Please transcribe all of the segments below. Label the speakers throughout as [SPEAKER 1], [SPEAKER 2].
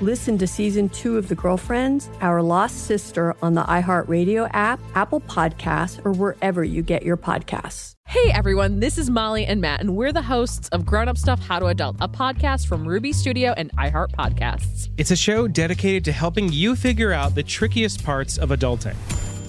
[SPEAKER 1] Listen to season two of The Girlfriends, Our Lost Sister on the iHeartRadio app, Apple Podcasts, or wherever you get your podcasts.
[SPEAKER 2] Hey everyone, this is Molly and Matt, and we're the hosts of Grown Up Stuff How to Adult, a podcast from Ruby Studio and iHeart Podcasts.
[SPEAKER 3] It's a show dedicated to helping you figure out the trickiest parts of adulting.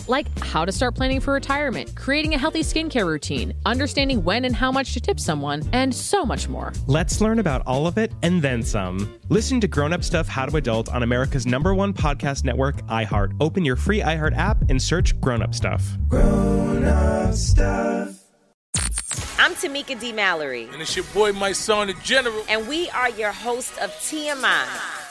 [SPEAKER 2] Like how to start planning for retirement, creating a healthy skincare routine, understanding when and how much to tip someone, and so much more.
[SPEAKER 3] Let's learn about all of it and then some. Listen to Grown Up Stuff How to Adult on America's number one podcast network, iHeart. Open your free iHeart app and search Grown Up Stuff.
[SPEAKER 4] Grown up stuff.
[SPEAKER 5] I'm Tamika D. Mallory,
[SPEAKER 6] And it's your boy, my son, the general.
[SPEAKER 5] and we are your hosts of TMI.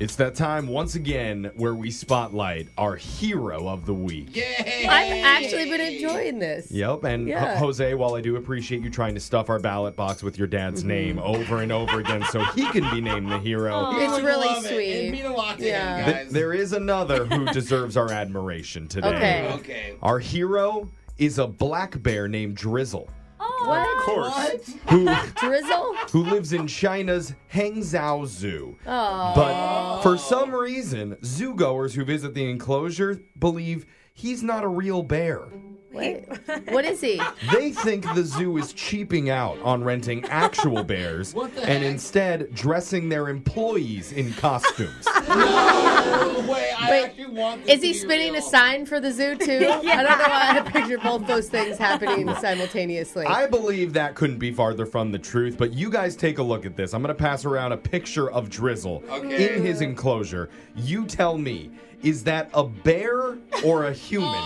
[SPEAKER 7] It's that time once again where we spotlight our hero of the week.
[SPEAKER 1] I've actually been enjoying this.
[SPEAKER 7] Yep, and Ho-
[SPEAKER 1] Yeah.
[SPEAKER 7] Jose, while I do appreciate you trying to stuff our ballot box with your
[SPEAKER 1] Mm-hmm.
[SPEAKER 7] dad's name over and over again so he can be named the hero, th-
[SPEAKER 8] It's really sweet. It. mean a lot to him, guys.
[SPEAKER 7] there is another who deserves our admiration today.
[SPEAKER 8] Okay.
[SPEAKER 7] Okay. Our hero is a black bear named Drizzle.
[SPEAKER 8] What?
[SPEAKER 7] course. Who
[SPEAKER 8] Drizzle?
[SPEAKER 7] who lives in China's Hangzhou Zoo. But for some reason, zoogoers who visit the enclosure believe he's not a real bear.
[SPEAKER 8] Wait. What is he?
[SPEAKER 7] They think the zoo is cheaping out on renting actual bears and instead dressing their employees in costumes.
[SPEAKER 8] Wait, is he spinning a sign for the zoo too? I don't know why I picture both those things happening simultaneously.
[SPEAKER 7] I believe that couldn't be farther from the truth, but you guys take a look at this. I'm going to pass around a picture of Drizzle in his enclosure. You tell me, is that a bear or a human?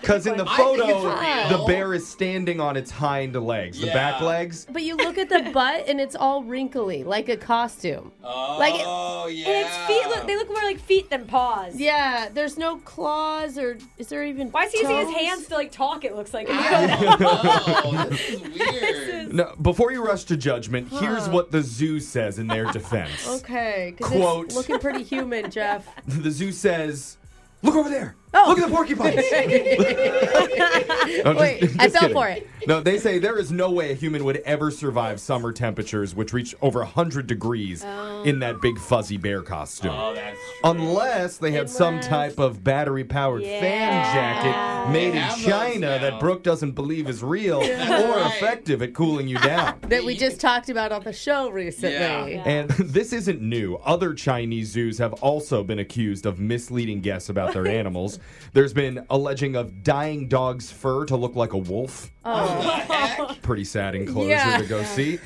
[SPEAKER 7] Because in the photo, the bear is standing on its hind legs, the back legs.
[SPEAKER 8] but you look at the butt and it's all wrinkly, like a costume. Like
[SPEAKER 6] Oh, yeah.
[SPEAKER 9] And its feet look they look more like feet than paws.
[SPEAKER 8] yeah, there's no claws or is there even?
[SPEAKER 9] Why is he using his
[SPEAKER 8] toes?
[SPEAKER 9] hands to like talk it looks like
[SPEAKER 6] Oh, this is weird.
[SPEAKER 7] No, before you rush to judgment, here's what the zoo says in their defense.
[SPEAKER 8] Okay, 'cause
[SPEAKER 7] Quote.
[SPEAKER 8] it's looking pretty human, Jeff. Oh.
[SPEAKER 7] The zoo says, "Look over there! Look at the porcupines!" No, just-
[SPEAKER 8] Wait,
[SPEAKER 7] just
[SPEAKER 8] I fell
[SPEAKER 7] kidding.
[SPEAKER 8] for it.
[SPEAKER 7] No, they say there is no way a human would ever survive summer temperatures, which reach over 100 degrees
[SPEAKER 8] Oh.
[SPEAKER 7] in that big fuzzy bear costume.
[SPEAKER 6] Oh, that's
[SPEAKER 7] Unless they had some type of battery powered fan jacket made
[SPEAKER 6] They have
[SPEAKER 7] in
[SPEAKER 6] those
[SPEAKER 7] China
[SPEAKER 6] now.
[SPEAKER 7] that Brooke doesn't believe is real or
[SPEAKER 6] Right.
[SPEAKER 7] effective at cooling you down.
[SPEAKER 8] That we just talked about on the show recently.
[SPEAKER 6] Yeah.
[SPEAKER 7] And this isn't new. Other Chinese zoos have also been accused of misleading guests about their animals. There's been alleging of dyeing dog's fur to look like a wolf. Pretty sad
[SPEAKER 8] Oh.
[SPEAKER 7] enclosure
[SPEAKER 8] Yeah.
[SPEAKER 7] to go see.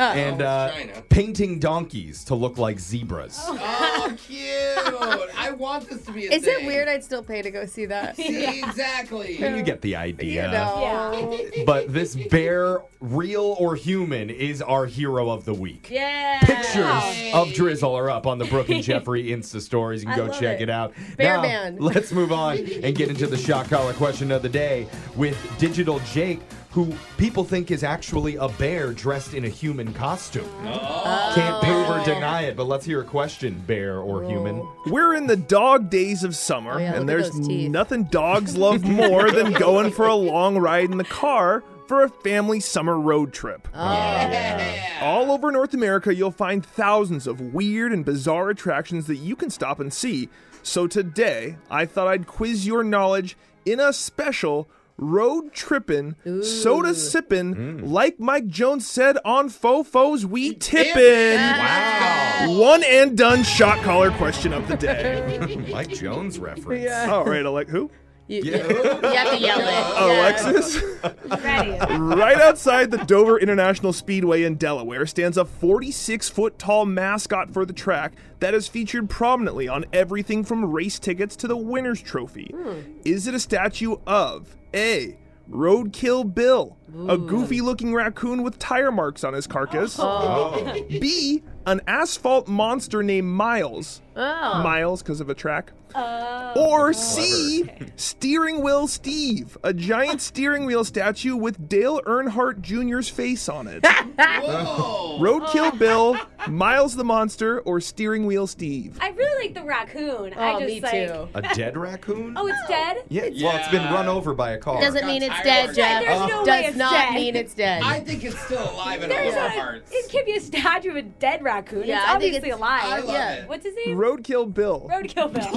[SPEAKER 7] And uh,
[SPEAKER 6] China.
[SPEAKER 7] painting donkeys to look like zebras.
[SPEAKER 6] Oh, cute. I want this to be a
[SPEAKER 8] Is it
[SPEAKER 6] thing.
[SPEAKER 8] weird? I'd still pay to go see that.
[SPEAKER 6] See, exactly.
[SPEAKER 7] You get the idea.
[SPEAKER 8] You know.
[SPEAKER 7] But this bear, real or human, is our hero of the week.
[SPEAKER 9] Yeah.
[SPEAKER 7] Pictures of Drizzle are up on the Brooke and Jeffrey Insta stories. You can
[SPEAKER 9] I
[SPEAKER 7] go
[SPEAKER 9] love
[SPEAKER 7] check it.
[SPEAKER 9] it.
[SPEAKER 7] out.
[SPEAKER 8] Bear
[SPEAKER 7] now,
[SPEAKER 8] Man.
[SPEAKER 7] Let's move on and get into the shock collar question of the day with Digital Jake, who people think is actually a bear dressed in a human costume.
[SPEAKER 9] Oh.
[SPEAKER 7] Can't prove or deny it, but let's hear a question, bear or human.
[SPEAKER 10] We're in the dog days of summer,
[SPEAKER 8] Oh, yeah, look at
[SPEAKER 10] and there's
[SPEAKER 8] those teeth.
[SPEAKER 10] nothing dogs love more than going for a long ride in the car
[SPEAKER 7] for a family summer road trip. All over North America, you'll find thousands of weird and bizarre attractions that you can stop and see. So today, I thought I'd quiz your knowledge in a special road trippin', soda sippin',
[SPEAKER 11] Mm.
[SPEAKER 7] like Mike Jones said on Fofos, we tippin'. Wow. One and done shot caller question of the day.
[SPEAKER 11] Mike Jones reference.
[SPEAKER 5] Yeah.
[SPEAKER 7] All right, like who?
[SPEAKER 5] You, you have to yell it.
[SPEAKER 7] Alexis? right outside the Dover International Speedway in Delaware stands a 46 foot tall mascot for the track that is featured prominently on everything from race tickets to the winner's trophy.
[SPEAKER 2] Hmm.
[SPEAKER 7] Is it a statue of A. Roadkill Bill, a goofy looking raccoon with tire marks on his carcass?
[SPEAKER 2] Oh. Oh.
[SPEAKER 7] B. An asphalt monster named Miles.
[SPEAKER 2] Oh.
[SPEAKER 7] Miles, because of a track. Or C, Steering Wheel Steve, a giant steering wheel statue with Dale Earnhardt Jr.'s face on it. Roadkill Bill, Miles the Monster, or Steering Wheel Steve.
[SPEAKER 1] I really like the raccoon. I
[SPEAKER 5] Oh,
[SPEAKER 1] just
[SPEAKER 5] me
[SPEAKER 1] like.
[SPEAKER 5] too.
[SPEAKER 11] A dead raccoon?
[SPEAKER 1] Oh, it's dead.
[SPEAKER 11] Yeah, well, it's been run over by a car.
[SPEAKER 5] Doesn't mean it's dead, Jeff.
[SPEAKER 1] There's no way
[SPEAKER 5] Does
[SPEAKER 1] it's
[SPEAKER 5] not
[SPEAKER 1] dead.
[SPEAKER 5] mean it's dead.
[SPEAKER 12] I think it's still alive in
[SPEAKER 1] There's
[SPEAKER 12] all our
[SPEAKER 1] not a-
[SPEAKER 12] hearts.
[SPEAKER 1] It can't be a statue of a dead raccoon.
[SPEAKER 5] Yeah,
[SPEAKER 1] it's
[SPEAKER 5] I think
[SPEAKER 1] obviously
[SPEAKER 5] it's-
[SPEAKER 1] alive.
[SPEAKER 5] I love Yeah. it.
[SPEAKER 1] What's his name?
[SPEAKER 7] Roadkill Bill.
[SPEAKER 1] Roadkill Bill.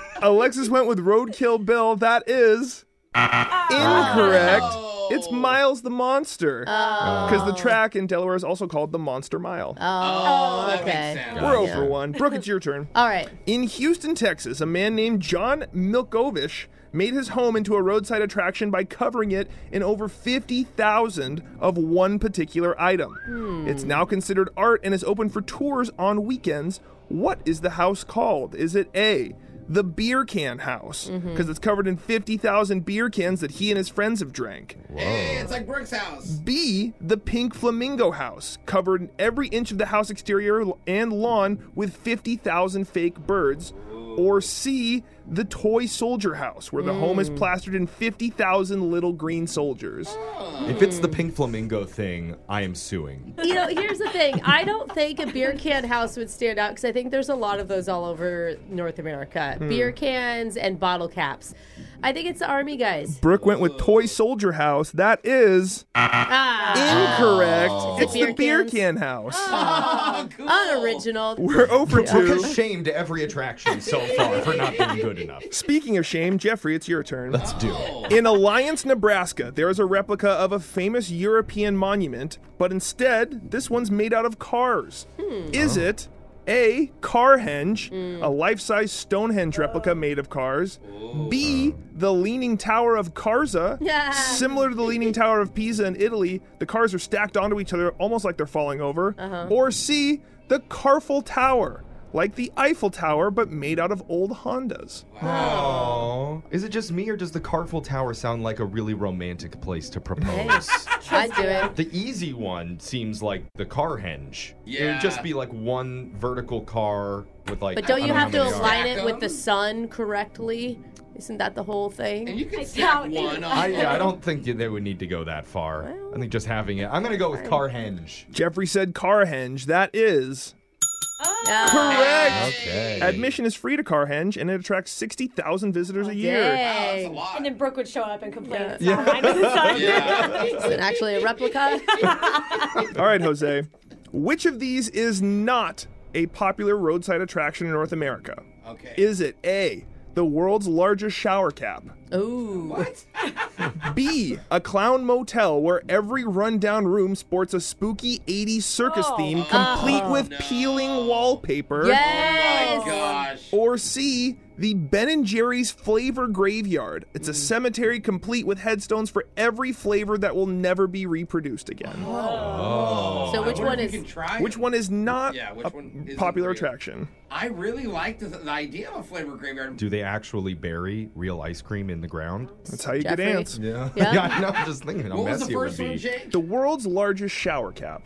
[SPEAKER 7] Alexis went with Roadkill Bill. That is incorrect. It's Miles the Monster. Because the track in Delaware is also called the Monster Mile.
[SPEAKER 5] Oh, okay.
[SPEAKER 7] We're over one. Brooke, it's your turn.
[SPEAKER 5] All right.
[SPEAKER 7] In Houston, Texas, a man named John Milkovich made his home into a roadside attraction by covering it in over 50,000 of one particular item.
[SPEAKER 2] Hmm.
[SPEAKER 7] It's now considered art and is open for tours on weekends. What is the house called? Is it A, the beer can house, because
[SPEAKER 12] Mhm.
[SPEAKER 7] it's covered in 50,000 beer cans that he and his friends have drank?
[SPEAKER 12] Hey, it's like Brooke's house.
[SPEAKER 7] B, the pink flamingo house, covered in every inch of the house exterior and lawn with 50,000 fake birds. Or C, the toy soldier house, where the home is
[SPEAKER 11] Mm.
[SPEAKER 7] plastered in 50,000 little green soldiers.
[SPEAKER 11] If it's the pink flamingo thing, I am suing.
[SPEAKER 5] You know, here's the thing. I don't think a beer can house would stand out because I think there's a lot of those all over North America.
[SPEAKER 7] Hmm.
[SPEAKER 5] Beer cans and bottle caps. I think it's the army guys.
[SPEAKER 7] Brooke went with toy soldier house. That is incorrect.
[SPEAKER 5] Ah. Oh.
[SPEAKER 7] It's
[SPEAKER 5] Beer
[SPEAKER 7] the beer
[SPEAKER 5] cans. Ah.
[SPEAKER 7] can house.
[SPEAKER 5] Unoriginal.
[SPEAKER 7] We're over
[SPEAKER 11] Brooke
[SPEAKER 7] two.
[SPEAKER 11] has shamed every attraction so far for not being good enough.
[SPEAKER 7] Speaking of shame, Jeffrey, it's your turn. Let's
[SPEAKER 11] do
[SPEAKER 7] it. In Alliance, Nebraska, there is a replica of a famous European monument, but instead, this one's made out of cars. Is it A. Carhenge, a life size Stonehenge replica made of cars? B. The Leaning Tower of Carza,
[SPEAKER 2] Yeah.
[SPEAKER 7] similar to the Leaning Tower of Pisa in Italy. The cars are stacked onto each other almost like they're falling over. Or C. The Carful Tower. Like the Eiffel Tower, but made out of old Hondas.
[SPEAKER 11] Oh. Is it just me or does the Carful Tower sound like a really romantic place to propose?
[SPEAKER 5] I'd do it.
[SPEAKER 11] the easy one seems like the car henge. It would just
[SPEAKER 5] Yeah.
[SPEAKER 11] be like one vertical car with like
[SPEAKER 5] but don't
[SPEAKER 11] I
[SPEAKER 5] you
[SPEAKER 11] know
[SPEAKER 5] have
[SPEAKER 11] how
[SPEAKER 5] to
[SPEAKER 11] many
[SPEAKER 5] align
[SPEAKER 11] are.
[SPEAKER 5] it with the sun correctly? Isn't that the whole thing? And
[SPEAKER 12] you can
[SPEAKER 11] I, yeah, I don't think they would need to go that far. I think just having it. I'm gonna go with car henge.
[SPEAKER 7] Jeffrey said Carhenge. That is Oh. correct. Admission is free to Carhenge, and it attracts 60,000 visitors a year.
[SPEAKER 1] Oh, And then Brooke would show up and complain. It's
[SPEAKER 7] Yeah.
[SPEAKER 1] not mine, it's the sun.
[SPEAKER 7] Yeah.
[SPEAKER 5] Is it actually a replica?
[SPEAKER 7] All right, Jose. Which of these is not a popular roadside attraction in North America?
[SPEAKER 12] Okay.
[SPEAKER 7] Is it A, the world's largest shower cap?
[SPEAKER 5] Ooh.
[SPEAKER 7] What? B, a clown motel where every rundown room sports a spooky 80s circus theme complete
[SPEAKER 2] Oh.
[SPEAKER 7] with peeling wallpaper.
[SPEAKER 2] Yes. Oh my
[SPEAKER 12] gosh.
[SPEAKER 7] Or C, the Ben and Jerry's Flavor Graveyard. It's a cemetery complete with headstones for every flavor that will never be reproduced again.
[SPEAKER 12] Oh.
[SPEAKER 5] So
[SPEAKER 12] I
[SPEAKER 5] which
[SPEAKER 12] wonder
[SPEAKER 5] one
[SPEAKER 12] if we
[SPEAKER 5] is-
[SPEAKER 12] can try
[SPEAKER 7] Which
[SPEAKER 12] it.
[SPEAKER 7] one is not
[SPEAKER 12] Yeah, which
[SPEAKER 7] a
[SPEAKER 12] one isn't
[SPEAKER 7] popular
[SPEAKER 12] real?
[SPEAKER 7] attraction?
[SPEAKER 12] I really like the, the idea of a flavor graveyard.
[SPEAKER 11] Do they actually bury real ice cream in the ground?
[SPEAKER 7] That's how you get Jeffrey. ants.
[SPEAKER 11] Yeah.
[SPEAKER 7] Yeah.
[SPEAKER 11] Yeah. I know. I'm just thinking how
[SPEAKER 7] What was
[SPEAKER 11] messy
[SPEAKER 7] the
[SPEAKER 11] it would
[SPEAKER 7] first one,
[SPEAKER 11] be.
[SPEAKER 7] Jake? The world's largest shower cap.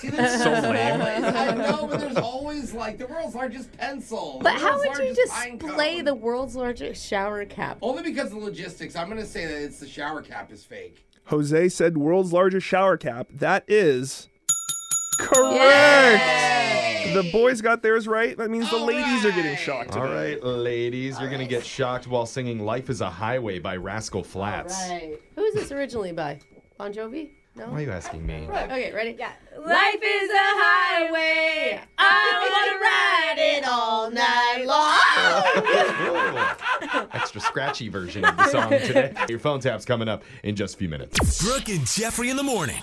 [SPEAKER 11] so lame.
[SPEAKER 12] I know, but there's always like the world's largest pencil. the
[SPEAKER 5] But how
[SPEAKER 12] world's
[SPEAKER 5] would you
[SPEAKER 12] largest pine
[SPEAKER 5] display the world's largest shower cap?
[SPEAKER 12] Only because of logistics, I'm gonna say that it's the shower cap is fake.
[SPEAKER 7] Jose said world's largest shower cap. That is
[SPEAKER 13] correct. The boys got theirs right. That means the ladies are getting shocked.
[SPEAKER 14] All right, ladies, you're going to get shocked while singing Life is a Highway by Rascal Flats.
[SPEAKER 15] Right. Who is this originally by? Bon Jovi? No.
[SPEAKER 14] Why are you asking me?
[SPEAKER 15] Okay, ready? Yeah.
[SPEAKER 16] Life is a highway. I wanna ride it all night long.
[SPEAKER 14] Extra scratchy version of the song today. Your phone tap's coming up in just a few minutes. Brooke and Jeffrey in the morning.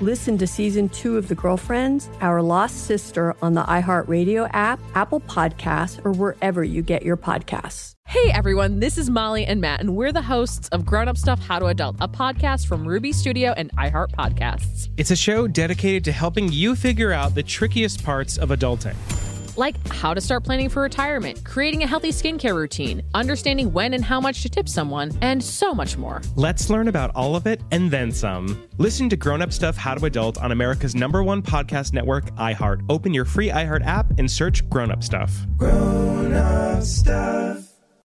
[SPEAKER 1] Listen to season two of The Girlfriends, Our Lost Sister on the iHeartRadio app, Apple Podcasts, or wherever you get your podcasts.
[SPEAKER 2] Hey everyone, this is Molly and Matt, and we're the hosts of Grown Up Stuff How to Adult, a podcast from Ruby Studio and iHeart Podcasts.
[SPEAKER 10] It's a show dedicated to helping you figure out the trickiest parts of adulting.
[SPEAKER 2] Like how to start planning for retirement, creating a healthy skincare routine, understanding when and how much to tip someone, and so much more.
[SPEAKER 10] Let's learn about all of it and then some. Listen to Grown Up Stuff How to Adult on America's number one podcast network, iHeart. Open your free iHeart app and search Grown Up Stuff.
[SPEAKER 16] Grown up stuff.